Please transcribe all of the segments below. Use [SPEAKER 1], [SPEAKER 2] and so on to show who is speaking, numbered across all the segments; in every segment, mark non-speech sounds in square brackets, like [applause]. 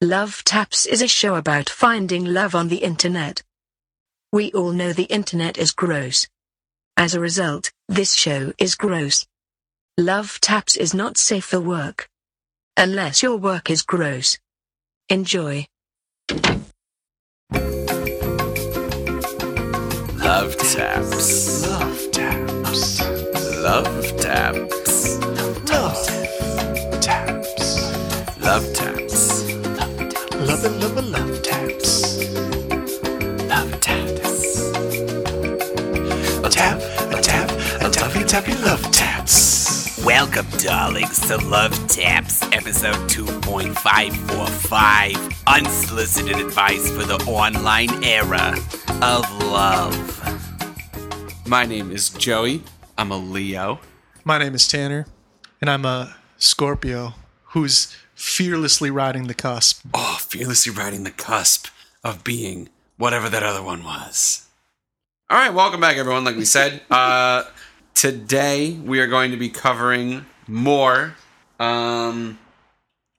[SPEAKER 1] Love Taps is a show about finding love on the internet. We all know the internet is gross. As a result, this show is gross. Love Taps is not safe for work. Unless your work is gross. Enjoy.
[SPEAKER 2] Love taps. Love taps. Love taps.
[SPEAKER 3] Love taps.
[SPEAKER 2] Love taps.
[SPEAKER 3] Love and love and love taps.
[SPEAKER 2] Love taps.
[SPEAKER 3] A tap, a tap, a tappy tappy love taps.
[SPEAKER 2] Welcome, darlings, to Love Taps, episode 2.545 Unsolicited Advice for the Online Era of Love. My name is Joey. I'm a Leo.
[SPEAKER 3] My name is Tanner, and I'm a Scorpio who's fearlessly riding the cusp.
[SPEAKER 2] Oh, fearlessly riding the cusp of being whatever that other one was. All right, welcome back, everyone. Like we
[SPEAKER 3] [laughs]
[SPEAKER 2] said, uh, today we are going to be covering more um,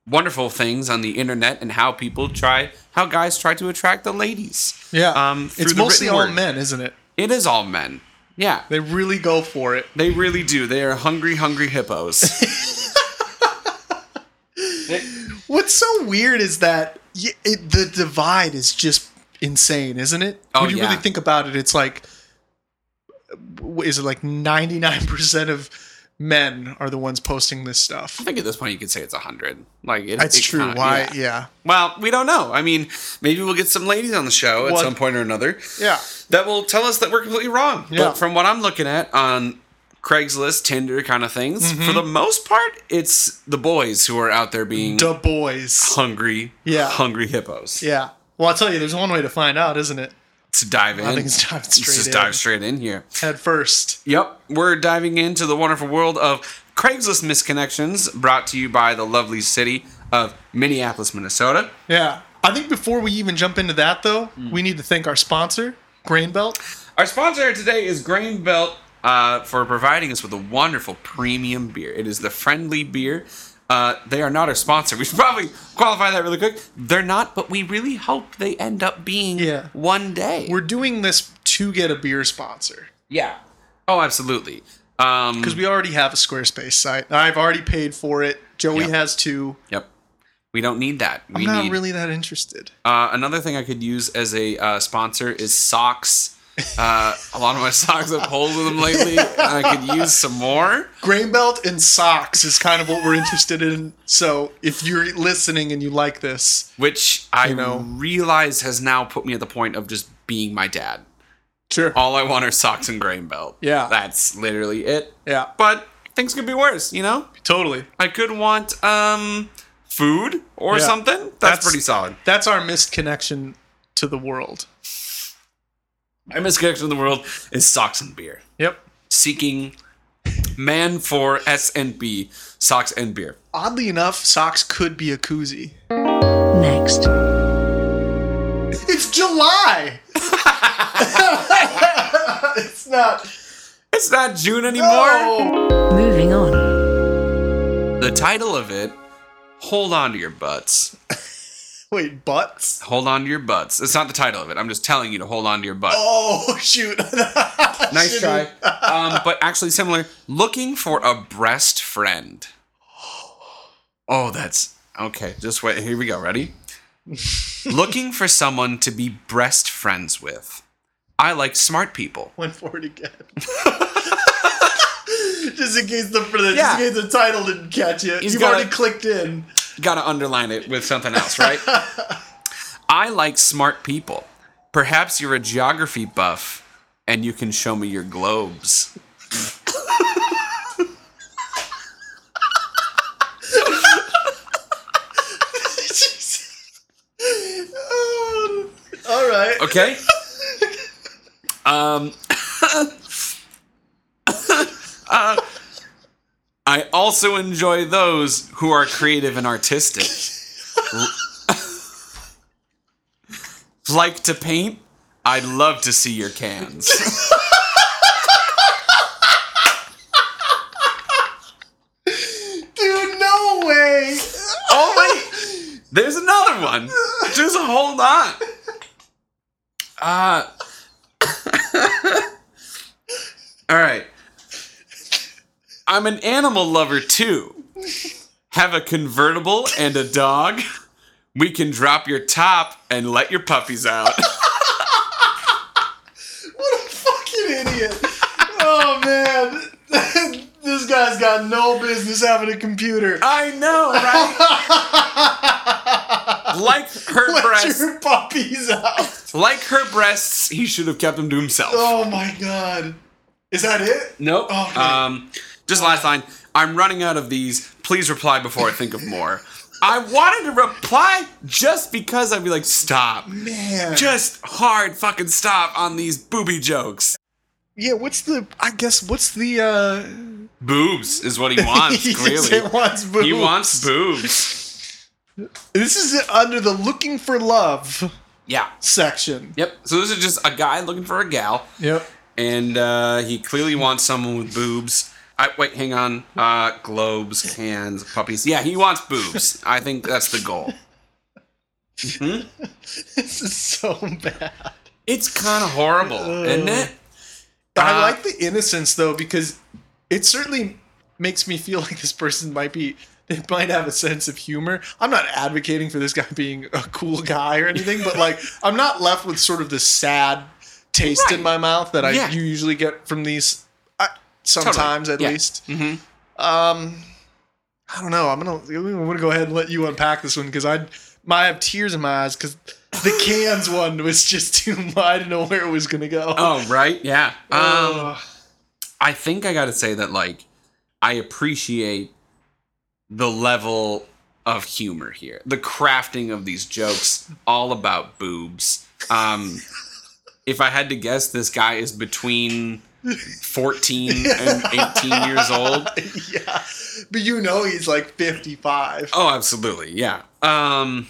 [SPEAKER 2] wonderful things on the internet and how people try, how guys try to attract the ladies.
[SPEAKER 3] Yeah,
[SPEAKER 2] um, through
[SPEAKER 3] it's
[SPEAKER 2] the
[SPEAKER 3] mostly
[SPEAKER 2] written
[SPEAKER 3] all
[SPEAKER 2] word.
[SPEAKER 3] men, isn't it?
[SPEAKER 2] It is all men. Yeah,
[SPEAKER 3] [laughs] They really go for it.
[SPEAKER 2] they really do. They are hungry, hungry
[SPEAKER 3] [laughs]
[SPEAKER 2] hippos.
[SPEAKER 3] What's so weird is that y it, the divide is just insane, isn't it?
[SPEAKER 2] Oh,
[SPEAKER 3] when you
[SPEAKER 2] yeah.
[SPEAKER 3] really think about it, it's like, w- is it like 99% of men are the ones posting this stuff?
[SPEAKER 2] I think at this point you could say it's a hundred. Like it,
[SPEAKER 3] That's
[SPEAKER 2] it
[SPEAKER 3] true.
[SPEAKER 2] kinda-
[SPEAKER 3] Why?
[SPEAKER 2] yeah.
[SPEAKER 3] Yeah.
[SPEAKER 2] Well, we don't know. I mean, maybe we'll get some ladies on the show at
[SPEAKER 3] Well-
[SPEAKER 2] some point or another
[SPEAKER 3] Yeah.
[SPEAKER 2] that will tell us that we're completely wrong.
[SPEAKER 3] Yeah.
[SPEAKER 2] But from what I'm looking at on Craigslist, Tinder kind of things, for
[SPEAKER 3] Mm-hmm.
[SPEAKER 2] the most part, it's the boys who are out there being
[SPEAKER 3] The boys.
[SPEAKER 2] hungry,
[SPEAKER 3] Yeah.
[SPEAKER 2] hungry hippos.
[SPEAKER 3] Yeah. Well, I'll tell you, there's one way to find out, isn't it?
[SPEAKER 2] To dive in.
[SPEAKER 3] I think it's dive
[SPEAKER 2] Let's
[SPEAKER 3] straight
[SPEAKER 2] just
[SPEAKER 3] in.
[SPEAKER 2] dive straight in here.
[SPEAKER 3] Head first.
[SPEAKER 2] Yep, we're diving into the wonderful world of Craigslist misconnections, brought to you by the lovely city of Minneapolis, Minnesota.
[SPEAKER 3] Yeah. I think before we even jump into that, though,
[SPEAKER 2] Hmm.
[SPEAKER 3] we need to thank our sponsor, Grain Belt.
[SPEAKER 2] Our sponsor today is Grain Belt uh, for providing us with a wonderful premium beer. It is the friendly beer. Uh, they are not our sponsor. We should probably qualify that really quick. They're not, but we really hope they end up being
[SPEAKER 3] Yeah.
[SPEAKER 2] one day.
[SPEAKER 3] We're doing this to get a beer sponsor
[SPEAKER 2] yeah. Oh, absolutely. Um,
[SPEAKER 3] because we already have a Squarespace site. I've already paid for it. Joey
[SPEAKER 2] Yep.
[SPEAKER 3] has two.
[SPEAKER 2] yep. We don't need that.
[SPEAKER 3] I'm
[SPEAKER 2] we
[SPEAKER 3] not
[SPEAKER 2] need,
[SPEAKER 3] really that interested.
[SPEAKER 2] Uh, another thing I could use as a uh, sponsor is socks. Uh, a lot of my socks have holes in them lately. and I could use some more.
[SPEAKER 3] Grain Belt and socks is kind of what we're interested in. So if you're listening and you like this,
[SPEAKER 2] which I
[SPEAKER 3] know.
[SPEAKER 2] realize has now put me at the point of just being my dad.
[SPEAKER 3] sure.
[SPEAKER 2] All I want are socks and grain belt.
[SPEAKER 3] Yeah.
[SPEAKER 2] that's literally it.
[SPEAKER 3] Yeah.
[SPEAKER 2] But things could be worse, you know.
[SPEAKER 3] Totally.
[SPEAKER 2] I could want um food or
[SPEAKER 3] Yeah.
[SPEAKER 2] something. That's,
[SPEAKER 3] That's-
[SPEAKER 2] pretty solid.
[SPEAKER 3] That's our missed connection to the world.
[SPEAKER 2] My misconnection in the world is socks and beer.
[SPEAKER 3] Yep.
[SPEAKER 2] Seeking man for S and B socks and beer.
[SPEAKER 3] Oddly enough, socks could be a koozie.
[SPEAKER 1] Next.
[SPEAKER 3] It's July. [laughs] it's not.
[SPEAKER 2] It's not June anymore.
[SPEAKER 3] Oh.
[SPEAKER 1] Moving on.
[SPEAKER 2] The title of it. Hold on to your butts.
[SPEAKER 3] Wait, butts?
[SPEAKER 2] Hold on to your butts. It's not the title of it. I'm just telling you to hold on to your butt.
[SPEAKER 3] Oh shoot! [laughs]
[SPEAKER 2] nice
[SPEAKER 3] nice
[SPEAKER 2] try. um, but actually similar. Looking for a breast friend. Oh, that's okay. Just wait. Here we go. Ready? Looking for someone to be breast friends with. I like smart people.
[SPEAKER 3] Went for it [laughs] again. just in case the, for the
[SPEAKER 2] Yeah.
[SPEAKER 3] just in case the title didn't catch you,
[SPEAKER 2] He's
[SPEAKER 3] you've
[SPEAKER 2] got
[SPEAKER 3] already
[SPEAKER 2] a-
[SPEAKER 3] clicked in.
[SPEAKER 2] Gotta underline it with something else, right? I like smart people. Perhaps you're a geography buff and you can show me your globes.
[SPEAKER 3] Um, all right.
[SPEAKER 2] Okay? um. [laughs] uh, I also enjoy those who are creative and artistic. like to paint? I'd love to see your cans. There's another one. Just hold on. Uh, [coughs] all right. I'm an animal lover too. Have a convertible and a dog. We can drop your top and let your puppies out.
[SPEAKER 3] What a fucking idiot! Oh man, [laughs] this guy's got no business having a computer.
[SPEAKER 2] I know, right?
[SPEAKER 3] [laughs]
[SPEAKER 2] like her
[SPEAKER 3] Let
[SPEAKER 2] breasts,
[SPEAKER 3] your puppies out.
[SPEAKER 2] like her breasts, he should have kept them to himself.
[SPEAKER 3] Oh my god, is that it?
[SPEAKER 2] Nope.
[SPEAKER 3] Oh, okay.
[SPEAKER 2] Um, just last line. I'm running out of these. Please reply before I think of more. I wanted to reply just because I'd be like, stop.
[SPEAKER 3] Man,
[SPEAKER 2] Just hard fucking stop on these booby jokes.
[SPEAKER 3] yeah. What's the? I guess what's the? uh [laughs]
[SPEAKER 2] Boobs is what he wants,
[SPEAKER 3] he just
[SPEAKER 2] clearly.
[SPEAKER 3] wants boobs.
[SPEAKER 2] He wants boobs.
[SPEAKER 3] This is under the looking for love
[SPEAKER 2] Yeah.
[SPEAKER 3] section.
[SPEAKER 2] Yep. So this is just a guy looking for a gal.
[SPEAKER 3] Yep.
[SPEAKER 2] and uh, he clearly wants someone with boobs. I, wait, hang on. Uh, globes, cans, puppies. Yeah, he wants boobs. I think that's the goal.
[SPEAKER 3] This is so [laughs] bad.
[SPEAKER 2] It's kind of horrible, isn't it?
[SPEAKER 3] I
[SPEAKER 2] Uh,
[SPEAKER 3] like the innocence though because it certainly makes me feel [laughs] like this person might be they might have a sense of humor. I'm not advocating for this guy being a cool guy or anything, but
[SPEAKER 2] [laughs]
[SPEAKER 3] like I'm not left with sort of the sad taste in
[SPEAKER 2] Right.
[SPEAKER 3] my mouth that I
[SPEAKER 2] Yeah.
[SPEAKER 3] you usually get from these I, sometimes at
[SPEAKER 2] Yeah.
[SPEAKER 3] least.
[SPEAKER 2] Mhm.
[SPEAKER 3] Um I don't know. I'm going to I'm going to go ahead and let you unpack this one cuz I I have tears in my eyes cuz the cans one was just too [laughs] much. I didn't know where it was going to go.
[SPEAKER 2] Oh, right. Yeah.
[SPEAKER 3] [laughs]
[SPEAKER 2] Um,
[SPEAKER 3] Ugh.
[SPEAKER 2] I think I got to say that, like, I appreciate the level of humor here, the crafting of these jokes, all about boobs. Um, if I had to guess, this guy is between 14 and 18
[SPEAKER 3] [laughs]
[SPEAKER 2] years old.
[SPEAKER 3] yeah, but you know he's like 55.
[SPEAKER 2] Oh, absolutely. Yeah. Um,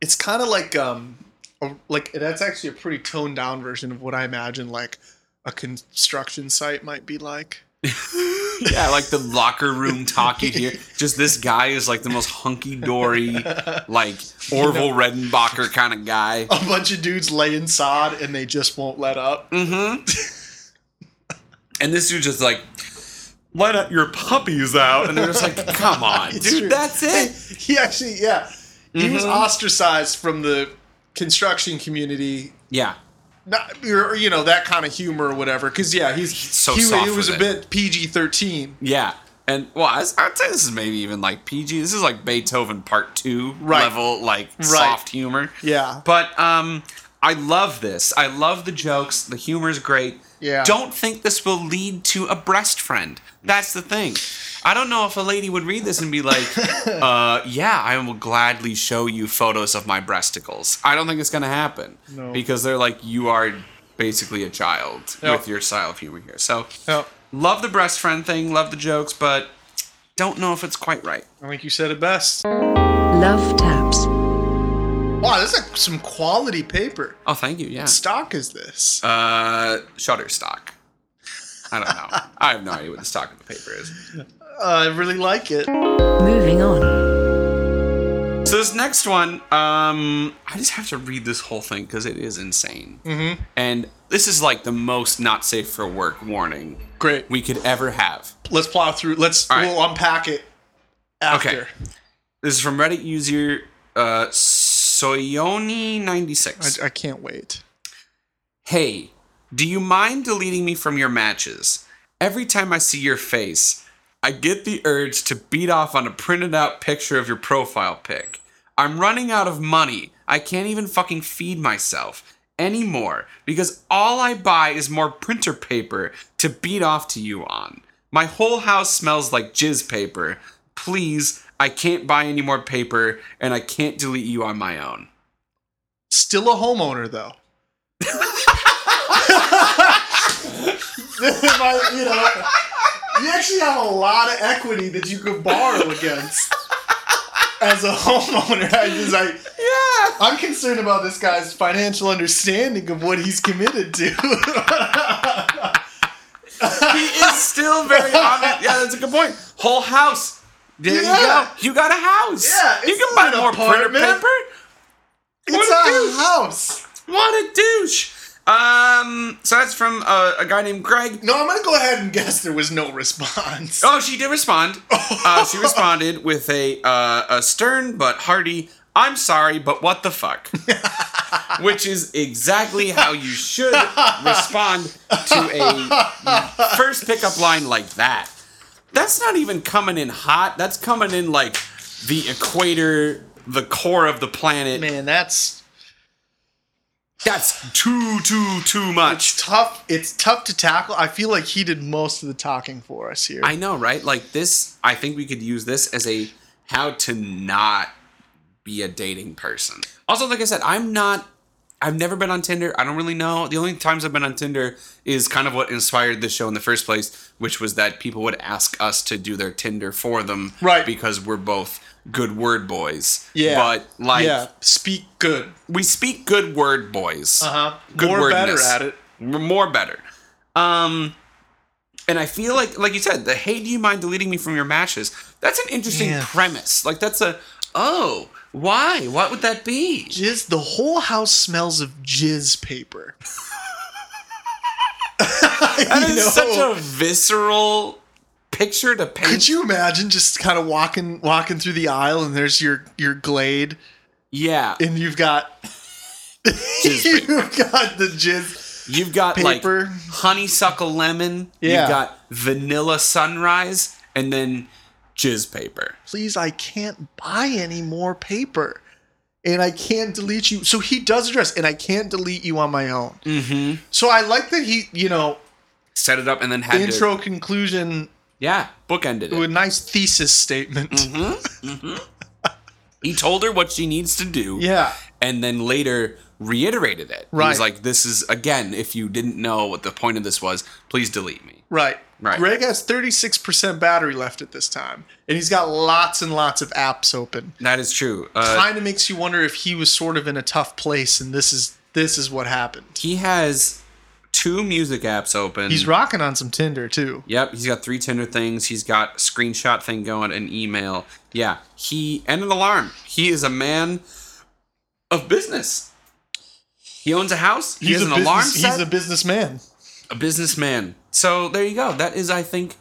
[SPEAKER 3] It's kind of like um, a, like that's actually a pretty toned down version of what I imagine like a construction site might be like.
[SPEAKER 2] yeah, like the locker room talk you hear. Just this guy is like the most hunky dory, like [laughs] Orville Redenbacher kind of guy. [laughs]
[SPEAKER 3] A bunch of dudes laying sod and they just won't let up.
[SPEAKER 2] Mm-hmm. and this dude just like, let out your puppies out, and they're just like, [laughs] come on,
[SPEAKER 3] It's
[SPEAKER 2] dude,
[SPEAKER 3] true.
[SPEAKER 2] that's it.
[SPEAKER 3] [laughs] He actually, yeah, he was
[SPEAKER 2] Mhm.
[SPEAKER 3] ostracized from the construction community.
[SPEAKER 2] Yeah,
[SPEAKER 3] Not, or, you know that kind of humor or whatever. Because yeah, he's,
[SPEAKER 2] so
[SPEAKER 3] he,
[SPEAKER 2] soft
[SPEAKER 3] he was a
[SPEAKER 2] with
[SPEAKER 3] bit PG thirteen.
[SPEAKER 2] yeah. And well, I, I'd say this is maybe even like PG. This is like Beethoven Part Two
[SPEAKER 3] Right.
[SPEAKER 2] level, like soft humor.
[SPEAKER 3] Yeah,
[SPEAKER 2] But um, I love this. I love the jokes. The humor's great.
[SPEAKER 3] Yeah.
[SPEAKER 2] Don't think this will lead to a breast friend. That's the thing. I don't know if a lady would read this and be
[SPEAKER 3] [laughs]
[SPEAKER 2] like, uh, "Yeah, I will gladly show you photos of my breasticles." I don't think it's gonna happen
[SPEAKER 3] No.
[SPEAKER 2] because they're like, "You are basically a child
[SPEAKER 3] Yeah.
[SPEAKER 2] with your style of humor here." So,
[SPEAKER 3] Yeah.
[SPEAKER 2] love the breast friend thing. Love the jokes, but don't know if it's quite right.
[SPEAKER 3] I think you said it best.
[SPEAKER 1] Love taps.
[SPEAKER 3] Wow, this is like some quality paper.
[SPEAKER 2] Oh, thank you. Yeah.
[SPEAKER 3] stock is this?
[SPEAKER 2] Uh, Shutterstock. I don't know. I have no idea what the stock of the paper is.
[SPEAKER 3] Uh, I really like it.
[SPEAKER 1] Moving on.
[SPEAKER 2] So this next one, um, I just have to read this whole thing because it is insane. Mm-hmm. And this is like the most not safe for work warning
[SPEAKER 3] Great.
[SPEAKER 2] we could ever have.
[SPEAKER 3] Let's plow through. Let's
[SPEAKER 2] All right.
[SPEAKER 3] we'll unpack it after.
[SPEAKER 2] This is from Reddit user uh, Soyoni96.
[SPEAKER 3] I, I can't wait.
[SPEAKER 2] Hey, do you mind deleting me from your matches? Every time I see your face, I get the urge to beat off on a printed out picture of your profile pic. I'm running out of money. I can't even fucking feed myself anymore because all I buy is more printer paper to beat off to you on. My whole house smells like jizz paper. Please, I can't buy any more paper and I can't delete you on my own.
[SPEAKER 3] Still a homeowner though. [laughs] If I- you know, you actually have a lot of equity that you could borrow against as a homeowner. I just I,
[SPEAKER 2] Yeah.
[SPEAKER 3] I'm concerned about this guy's financial understanding of what he's committed to. [laughs] [laughs]
[SPEAKER 2] he is still very honest. Yeah, that's a good point. Whole house There
[SPEAKER 3] Yeah.
[SPEAKER 2] you go. You got a house.
[SPEAKER 3] Yeah,
[SPEAKER 2] you
[SPEAKER 3] it's
[SPEAKER 2] can
[SPEAKER 3] not
[SPEAKER 2] buy
[SPEAKER 3] an
[SPEAKER 2] more printer
[SPEAKER 3] apartment.
[SPEAKER 2] paper.
[SPEAKER 3] It's
[SPEAKER 2] What a
[SPEAKER 3] a
[SPEAKER 2] douche.
[SPEAKER 3] house.
[SPEAKER 2] What a douche. Um, so that's from uh, a guy named Greg.
[SPEAKER 3] No, I'm gonna go ahead and guess there was no response.
[SPEAKER 2] Oh, she did respond. Uh, she responded with a uh, a stern but hearty "I'm sorry, but what the fuck," which is exactly how you should respond to a first pickup line like that. That's not even coming in hot. That's coming in like the equator, the core of the planet.
[SPEAKER 3] Man, that's
[SPEAKER 2] That's too, too, too much.
[SPEAKER 3] it's tough. It's tough to tackle. I feel like he did most of the talking for us here.
[SPEAKER 2] I know, right? Like this, I think we could use this as a how to not be a dating person. Also, like I said, I'm not. I've never been on Tinder. I don't really know. The only times I've been on Tinder is kind of what inspired this show in the first place, which was that people would ask us to do their Tinder for them,
[SPEAKER 3] Right.
[SPEAKER 2] Because we're both good word boys.
[SPEAKER 3] yeah,
[SPEAKER 2] But like
[SPEAKER 3] yeah, speak good.
[SPEAKER 2] we speak good word boys.
[SPEAKER 3] Uh huh.
[SPEAKER 2] Good
[SPEAKER 3] More better
[SPEAKER 2] wordness.
[SPEAKER 3] at it.
[SPEAKER 2] We're more better. Um, and I feel like, like you said, the hey, do you mind deleting me from your matches? That's an interesting
[SPEAKER 3] Yeah.
[SPEAKER 2] premise. Like that's a oh, why? What would that be?
[SPEAKER 3] Jizz. The whole house smells of jizz
[SPEAKER 2] [laughs]
[SPEAKER 3] paper. [laughs]
[SPEAKER 2] That
[SPEAKER 3] I
[SPEAKER 2] is
[SPEAKER 3] know.
[SPEAKER 2] such a visceral picture to paint.
[SPEAKER 3] Could you imagine just kind of walking walking through the aisle and there's your your glade
[SPEAKER 2] yeah,
[SPEAKER 3] and you've got [laughs] you've got the jizz
[SPEAKER 2] you've got
[SPEAKER 3] paper.
[SPEAKER 2] like honeysuckle lemon.
[SPEAKER 3] Yeah.
[SPEAKER 2] You've got vanilla sunrise, and then jizz paper.
[SPEAKER 3] please I can't buy any more paper and I can't delete you. So he does address and I can't delete you on my own.
[SPEAKER 2] Mm-hmm.
[SPEAKER 3] So I like that he, you know,
[SPEAKER 2] Set it up and then had To,
[SPEAKER 3] intro conclusion
[SPEAKER 2] yeah, bookended it.
[SPEAKER 3] with a nice thesis statement.
[SPEAKER 2] Mm-hmm. he told her what she needs to do.
[SPEAKER 3] Yeah.
[SPEAKER 2] and then later reiterated it. He
[SPEAKER 3] Right.
[SPEAKER 2] was like, "This is again. If you didn't know what the point of this was, please delete me."
[SPEAKER 3] [laughs] Right.
[SPEAKER 2] Right.
[SPEAKER 3] Greg has 36% battery left at this time and he's got lots and lots of apps open.
[SPEAKER 2] That is true. Uh,
[SPEAKER 3] kind of makes you wonder if he was sort of in a tough place and this is this is what happened.
[SPEAKER 2] he has two music apps open.
[SPEAKER 3] He's rocking on some Tinder too.
[SPEAKER 2] Yep, he's got three Tinder things. He's got a screenshot thing going, an email. Yeah, he and an alarm. He is a man of business. He owns a house. He has an
[SPEAKER 3] business,
[SPEAKER 2] alarm set.
[SPEAKER 3] He's a businessman.
[SPEAKER 2] a businessman. So there you go. That is, I think,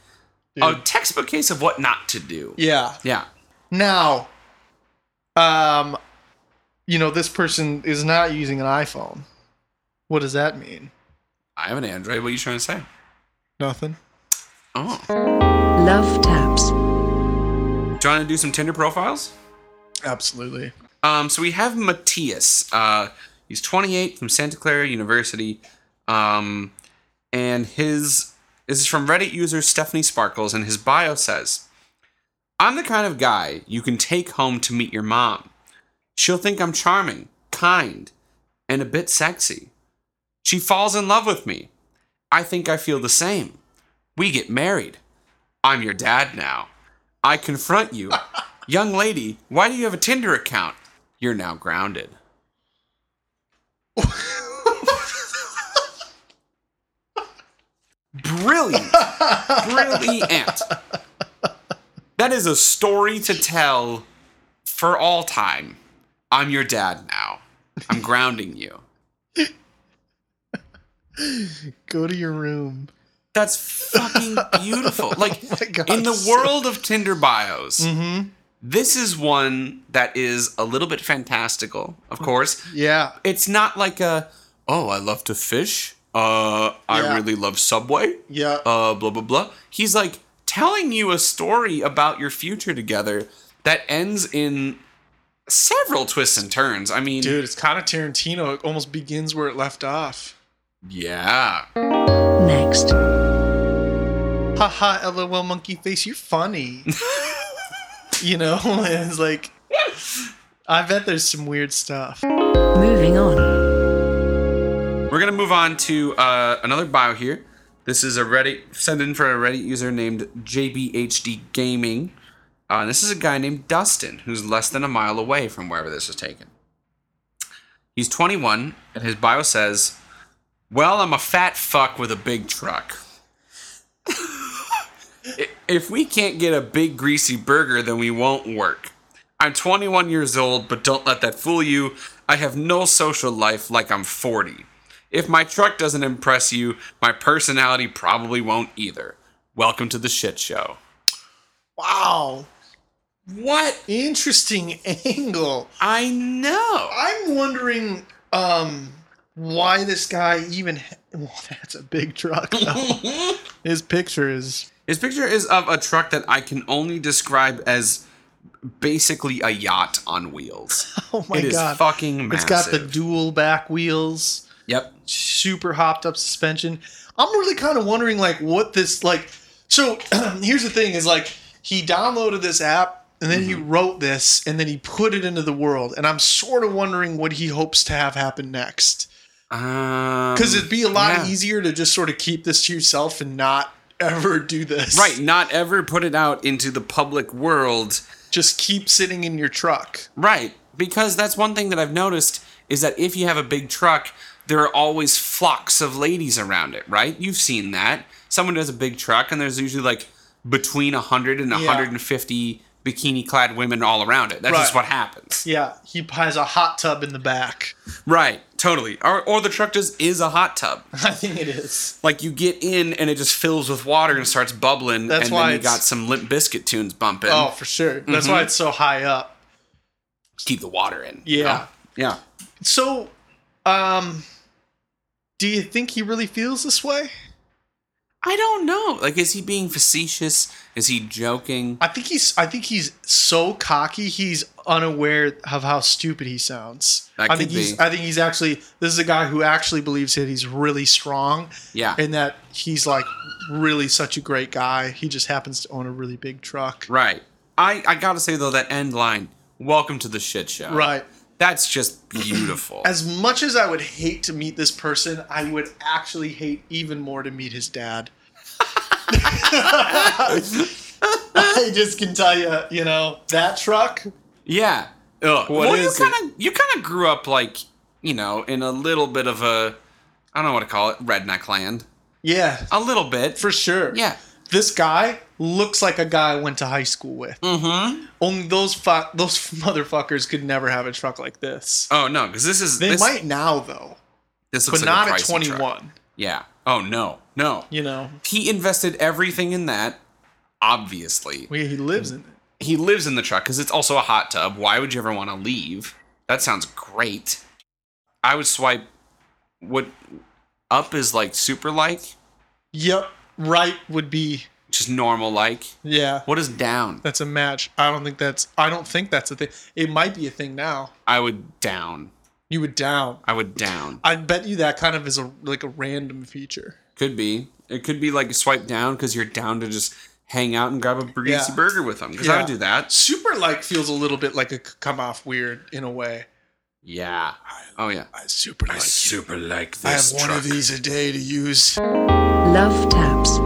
[SPEAKER 2] a Oh,
[SPEAKER 3] Dude.
[SPEAKER 2] textbook case of what not to do.
[SPEAKER 3] Yeah.
[SPEAKER 2] Yeah.
[SPEAKER 3] Now, um, you know this person is not using an iPhone. What does that mean?
[SPEAKER 2] I have an Android. What are you trying to say?
[SPEAKER 3] Nothing.
[SPEAKER 2] Oh.
[SPEAKER 1] Love taps.
[SPEAKER 2] Do you want to do some Tinder profiles?
[SPEAKER 3] Absolutely.
[SPEAKER 2] Um, so we have Matthias. Uh, he's 28 from Santa Clara University, um, and his this is from Reddit user Stephanie Sparkles, and his bio says, "I'm the kind of guy you can take home to meet your mom. She'll think I'm charming, kind, and a bit sexy. She falls in love with me. I think I feel the same. We get married. I'm your dad now. I confront you." Young lady, why do you have a Tinder account? You're
[SPEAKER 3] [laughs]
[SPEAKER 2] now grounded. Brilliant. Brilliant. That is a story to tell for all time. I'm your dad now. I'm grounding you.
[SPEAKER 3] Go to your room.
[SPEAKER 2] That's
[SPEAKER 3] [laughs]
[SPEAKER 2] fucking beautiful. Like
[SPEAKER 3] Oh my God,
[SPEAKER 2] in the
[SPEAKER 3] so-
[SPEAKER 2] world of Tinder bios,
[SPEAKER 3] Mm-hmm.
[SPEAKER 2] this is one that is a little bit fantastical, of course.
[SPEAKER 3] Yeah.
[SPEAKER 2] it's not like a oh i love to fish uh i
[SPEAKER 3] Yeah.
[SPEAKER 2] really love subway
[SPEAKER 3] Yeah.
[SPEAKER 2] uh blah blah blah he's like telling you a story about your future together that ends in several twists and turns i mean
[SPEAKER 3] Dude, it's kind of Tarantino. It almost begins where it left off.
[SPEAKER 2] yeah
[SPEAKER 1] Next.
[SPEAKER 3] Haha, lol, monkey face. You're funny. [laughs] you know, [laughs] it's like. I bet there's some weird stuff.
[SPEAKER 1] Moving on.
[SPEAKER 2] we're gonna move on to uh, another bio here this is a reddit sent in for a reddit user named jbhd gaming uh, and this is a guy named dustin who's less than a mile away from wherever this was taken He's 21, and his bio says, Well, I'm a fat fuck with a big truck. [laughs] I- If we can't get a big greasy burger, then we won't work. I'm 21 years old, but don't let that fool you. I have no social life like I'm 40. If my truck doesn't impress you, my personality probably won't either. Welcome to the shit show.
[SPEAKER 3] Wow.
[SPEAKER 2] What?
[SPEAKER 3] Interesting [laughs] angle.
[SPEAKER 2] I know.
[SPEAKER 3] I'm wondering um why this guy even ha- [laughs] well, that's a big truck. though.
[SPEAKER 2] [laughs]
[SPEAKER 3] His picture is
[SPEAKER 2] His picture is of a truck that I can only describe as basically a yacht on wheels.
[SPEAKER 3] [laughs] Oh my
[SPEAKER 2] It is
[SPEAKER 3] god.
[SPEAKER 2] fucking massive.
[SPEAKER 3] It's got the dual back wheels,
[SPEAKER 2] Yep.
[SPEAKER 3] super hopped up suspension. I'm really kind of wondering like what this like so [clears throat] here's the thing is like he downloaded this app and then he
[SPEAKER 2] Mm-hmm.
[SPEAKER 3] wrote this and then he put it into the world and I'm sort of wondering what he hopes to have happen next. Cuz
[SPEAKER 2] Because
[SPEAKER 3] it'd be a lot
[SPEAKER 2] yeah.
[SPEAKER 3] easier to just sort of keep this to yourself and not ever do this.
[SPEAKER 2] Right, not ever put it out into the public world.
[SPEAKER 3] Just keep sitting in your truck.
[SPEAKER 2] Right, because that's one thing that I've noticed is that if you have a big truck, there are always flocks of ladies around it, right? You've seen that. Someone does a big truck and there's usually like between 100 and 150 bikini clad women all around it. That's just
[SPEAKER 3] Right.
[SPEAKER 2] what happens.
[SPEAKER 3] Yeah, he has a hot tub in the back. [laughs]
[SPEAKER 2] Right, totally. Or, or the truck just is a hot tub.
[SPEAKER 3] I think it is.
[SPEAKER 2] Like you get in and it just fills with water and starts bubbling,
[SPEAKER 3] That's
[SPEAKER 2] and
[SPEAKER 3] why
[SPEAKER 2] then you
[SPEAKER 3] it's-
[SPEAKER 2] got some Limp Biscuit tunes bumping.
[SPEAKER 3] Oh, for sure. That's
[SPEAKER 2] Mm-hmm.
[SPEAKER 3] why it's so high up.
[SPEAKER 2] Keep the water in. you
[SPEAKER 3] Yeah.
[SPEAKER 2] know? yeah.
[SPEAKER 3] So, um, do you think he really feels this way?
[SPEAKER 2] I don't know. Like, is he being facetious? Is he joking?
[SPEAKER 3] I think he's. I think he's so cocky. He's unaware of how stupid he sounds.
[SPEAKER 2] That
[SPEAKER 3] I
[SPEAKER 2] could
[SPEAKER 3] think he's.
[SPEAKER 2] be.
[SPEAKER 3] I think he's actually. This is a guy who actually believes that he's really strong,
[SPEAKER 2] Yeah.
[SPEAKER 3] and that he's like really such a great guy. He just happens to own a really big truck.
[SPEAKER 2] Right. I, I gotta say, though, that end line, welcome to the shit show.
[SPEAKER 3] Right.
[SPEAKER 2] That's just beautiful.
[SPEAKER 3] As much as I would hate to meet this person, I would actually hate even more to meet his
[SPEAKER 2] [laughs]
[SPEAKER 3] dad. [laughs] I just can tell you, you know, that truck.
[SPEAKER 2] yeah. Ugh.
[SPEAKER 3] What
[SPEAKER 2] well,
[SPEAKER 3] is
[SPEAKER 2] you
[SPEAKER 3] it?
[SPEAKER 2] kind of you kind of grew up like you know in a little bit of a I don't know what to call it redneck land
[SPEAKER 3] Yeah,
[SPEAKER 2] a little bit
[SPEAKER 3] for sure.
[SPEAKER 2] yeah
[SPEAKER 3] This guy looks like a guy I went to high school with.
[SPEAKER 2] mm-hmm
[SPEAKER 3] Only those fu- those [laughs] motherfuckers could never have a truck like this.
[SPEAKER 2] oh no because this is
[SPEAKER 3] They
[SPEAKER 2] this,
[SPEAKER 3] might now though,
[SPEAKER 2] this
[SPEAKER 3] but
[SPEAKER 2] looks like
[SPEAKER 3] not
[SPEAKER 2] a
[SPEAKER 3] at
[SPEAKER 2] pricey truck.
[SPEAKER 3] 21.
[SPEAKER 2] yeah oh no no
[SPEAKER 3] You know,
[SPEAKER 2] he invested everything in that obviously
[SPEAKER 3] we, he lives in it.
[SPEAKER 2] he lives in the truck because it's also a hot tub. Why would you ever want to leave? That sounds great. I would swipe. What up is like super like,
[SPEAKER 3] Yep, right would be
[SPEAKER 2] just normal like.
[SPEAKER 3] yeah.
[SPEAKER 2] What is down?
[SPEAKER 3] That's a match. I don't think that's. I don't think that's a thing. It might be a thing now.
[SPEAKER 2] I would down.
[SPEAKER 3] You would down.
[SPEAKER 2] I would down.
[SPEAKER 3] I bet you that kind of is a like a random feature.
[SPEAKER 2] Could be. It could be like swipe down because you're down to just hang out and grab a greasy
[SPEAKER 3] Yeah.
[SPEAKER 2] burger with them. Because I
[SPEAKER 3] Yeah.
[SPEAKER 2] would do that.
[SPEAKER 3] Super like feels a little bit like a c- come off weird in a way.
[SPEAKER 2] Yeah. Oh yeah.
[SPEAKER 3] I super like.
[SPEAKER 2] super like
[SPEAKER 3] I have one of these a day to use.
[SPEAKER 1] Love taps.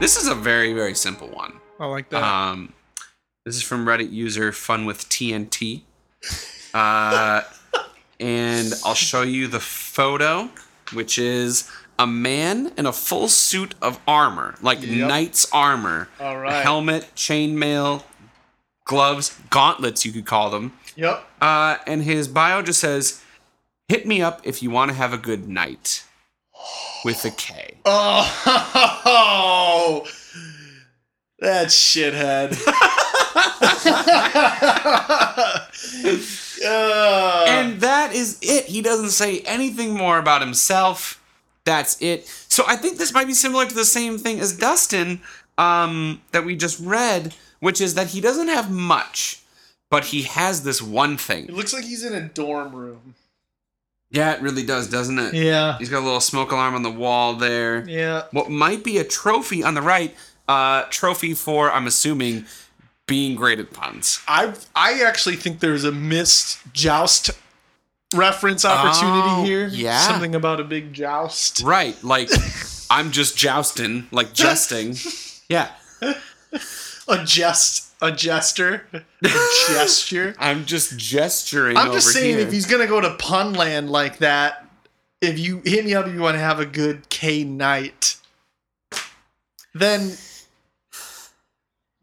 [SPEAKER 2] This is a very very simple one.
[SPEAKER 3] I like that.
[SPEAKER 2] Um, this is from Reddit user Fun with TNT, uh, and I'll show you the photo, which is a man in a full suit of armor, like
[SPEAKER 3] Yep.
[SPEAKER 2] knight's armor,
[SPEAKER 3] All
[SPEAKER 2] A
[SPEAKER 3] right.
[SPEAKER 2] helmet, chainmail, gloves, gauntlets, you could call them.
[SPEAKER 3] yep.
[SPEAKER 2] Uh, and his bio just says, "Hit me up if you want to have a good night," with a K.
[SPEAKER 3] Oh, [laughs] that shithead. [laughs] Uh,
[SPEAKER 2] And that is it. He doesn't say anything more about himself. That's it. So I think this might be similar to the same thing as Dustin um, that we just read, which is that he doesn't have much, but he has this one
[SPEAKER 3] it
[SPEAKER 2] thing.
[SPEAKER 3] looks like he's in a dorm room.
[SPEAKER 2] Yeah, it really does, doesn't it?
[SPEAKER 3] Yeah.
[SPEAKER 2] He's got a little smoke alarm on the wall there.
[SPEAKER 3] Yeah.
[SPEAKER 2] What might be a trophy on the right, uh, trophy for, I'm assuming, being great at puns.
[SPEAKER 3] I I actually think there's a missed joust reference opportunity
[SPEAKER 2] Oh,
[SPEAKER 3] here.
[SPEAKER 2] yeah.
[SPEAKER 3] Something about a big joust.
[SPEAKER 2] Right,
[SPEAKER 3] [laughs]
[SPEAKER 2] like I'm just jousting, like jesting. Yeah.
[SPEAKER 3] A jest a jester. A
[SPEAKER 2] [laughs]
[SPEAKER 3] gesture.
[SPEAKER 2] I'm just gesturing.
[SPEAKER 3] I'm just
[SPEAKER 2] over
[SPEAKER 3] saying
[SPEAKER 2] here.
[SPEAKER 3] if he's gonna go to Punland like that, if you hit me up if you want to have a good K night, then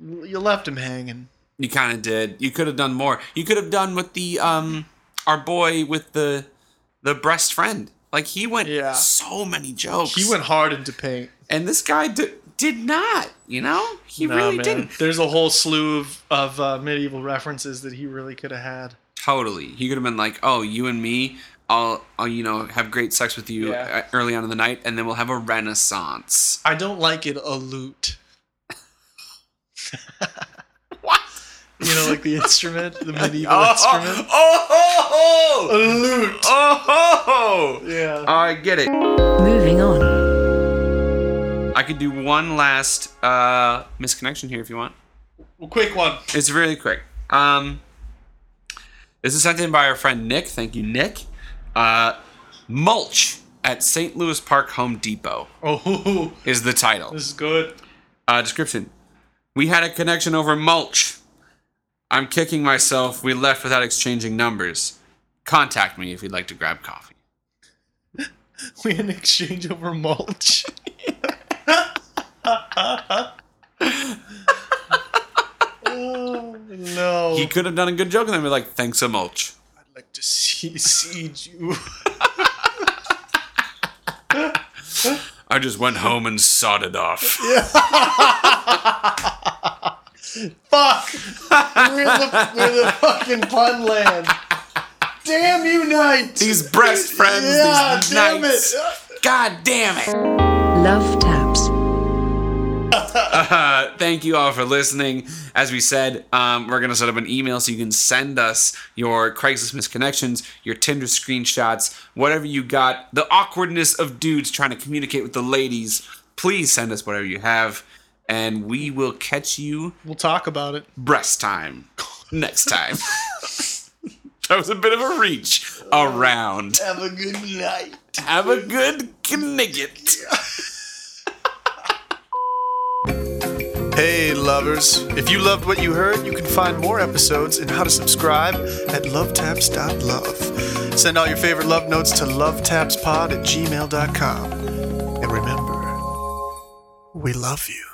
[SPEAKER 3] You left him hanging.
[SPEAKER 2] You kind of did. You could have done more. You could have done with the um our boy with the the breast friend. Like he went
[SPEAKER 3] Yeah.
[SPEAKER 2] so many jokes.
[SPEAKER 3] He went hard into paint.
[SPEAKER 2] and this guy di- did not. You know, he
[SPEAKER 3] Nah,
[SPEAKER 2] really
[SPEAKER 3] man.
[SPEAKER 2] didn't.
[SPEAKER 3] There's a whole slew of, of uh, medieval references that he really could have had.
[SPEAKER 2] Totally. He could have been like, "Oh, you and me, I'll, I'll you know have great sex with you
[SPEAKER 3] Yeah.
[SPEAKER 2] uh, early on in the night, and then we'll have a renaissance."
[SPEAKER 3] I don't like it a lute.
[SPEAKER 2] [laughs] What?
[SPEAKER 3] You know, like the instrument,
[SPEAKER 2] [laughs]
[SPEAKER 3] the medieval
[SPEAKER 2] Oh,
[SPEAKER 3] instrument.
[SPEAKER 2] oh,
[SPEAKER 3] A
[SPEAKER 2] [laughs] oh,
[SPEAKER 3] lute.
[SPEAKER 2] oh, oh, oh.
[SPEAKER 3] Yeah.
[SPEAKER 2] I get it.
[SPEAKER 1] Moving on.
[SPEAKER 2] I could do one last uh, misconnection here if you want.
[SPEAKER 3] Well, quick one.
[SPEAKER 2] It's really quick. Um, this is sent in by our friend Nick. Thank you, Nick. Uh, mulch at St. Louis Park Home Depot
[SPEAKER 3] Oh, [laughs]
[SPEAKER 2] is the title.
[SPEAKER 3] this is good.
[SPEAKER 2] Uh, description. We had a connection over mulch. I'm kicking myself. We left without exchanging numbers. Contact me if you'd like to grab coffee.
[SPEAKER 3] [laughs] We had an exchange over mulch. oh, no.
[SPEAKER 2] He could have done a good joke and then be like, thanks a mulch.
[SPEAKER 3] I'd like to see, see you.
[SPEAKER 2] I just went home and sawed it off.
[SPEAKER 3] [laughs] Fuck! We're the, we're the fucking pun land. Damn you, knights!
[SPEAKER 2] These breast friends,
[SPEAKER 3] yeah,
[SPEAKER 2] these
[SPEAKER 3] damn
[SPEAKER 2] knights.
[SPEAKER 3] it!
[SPEAKER 2] God damn it.
[SPEAKER 1] Love taps.
[SPEAKER 2] Uh, thank you all for listening. As we said, um, we're going to set up an email so you can send us your Craigslist misconnections, your Tinder screenshots, whatever you got, the awkwardness of dudes trying to communicate with the ladies. Please send us whatever you have, and we will catch you
[SPEAKER 3] We'll talk about it.
[SPEAKER 2] breast time next time. [laughs] that was a bit of a reach around.
[SPEAKER 3] Have a good night.
[SPEAKER 2] Have a good knigget.
[SPEAKER 3] Hey, lovers. If you loved what you heard, you can find more episodes and how to subscribe at lovetaps.love. Send all your favorite love notes to lovetapspod at gmail.com. And remember, we love you.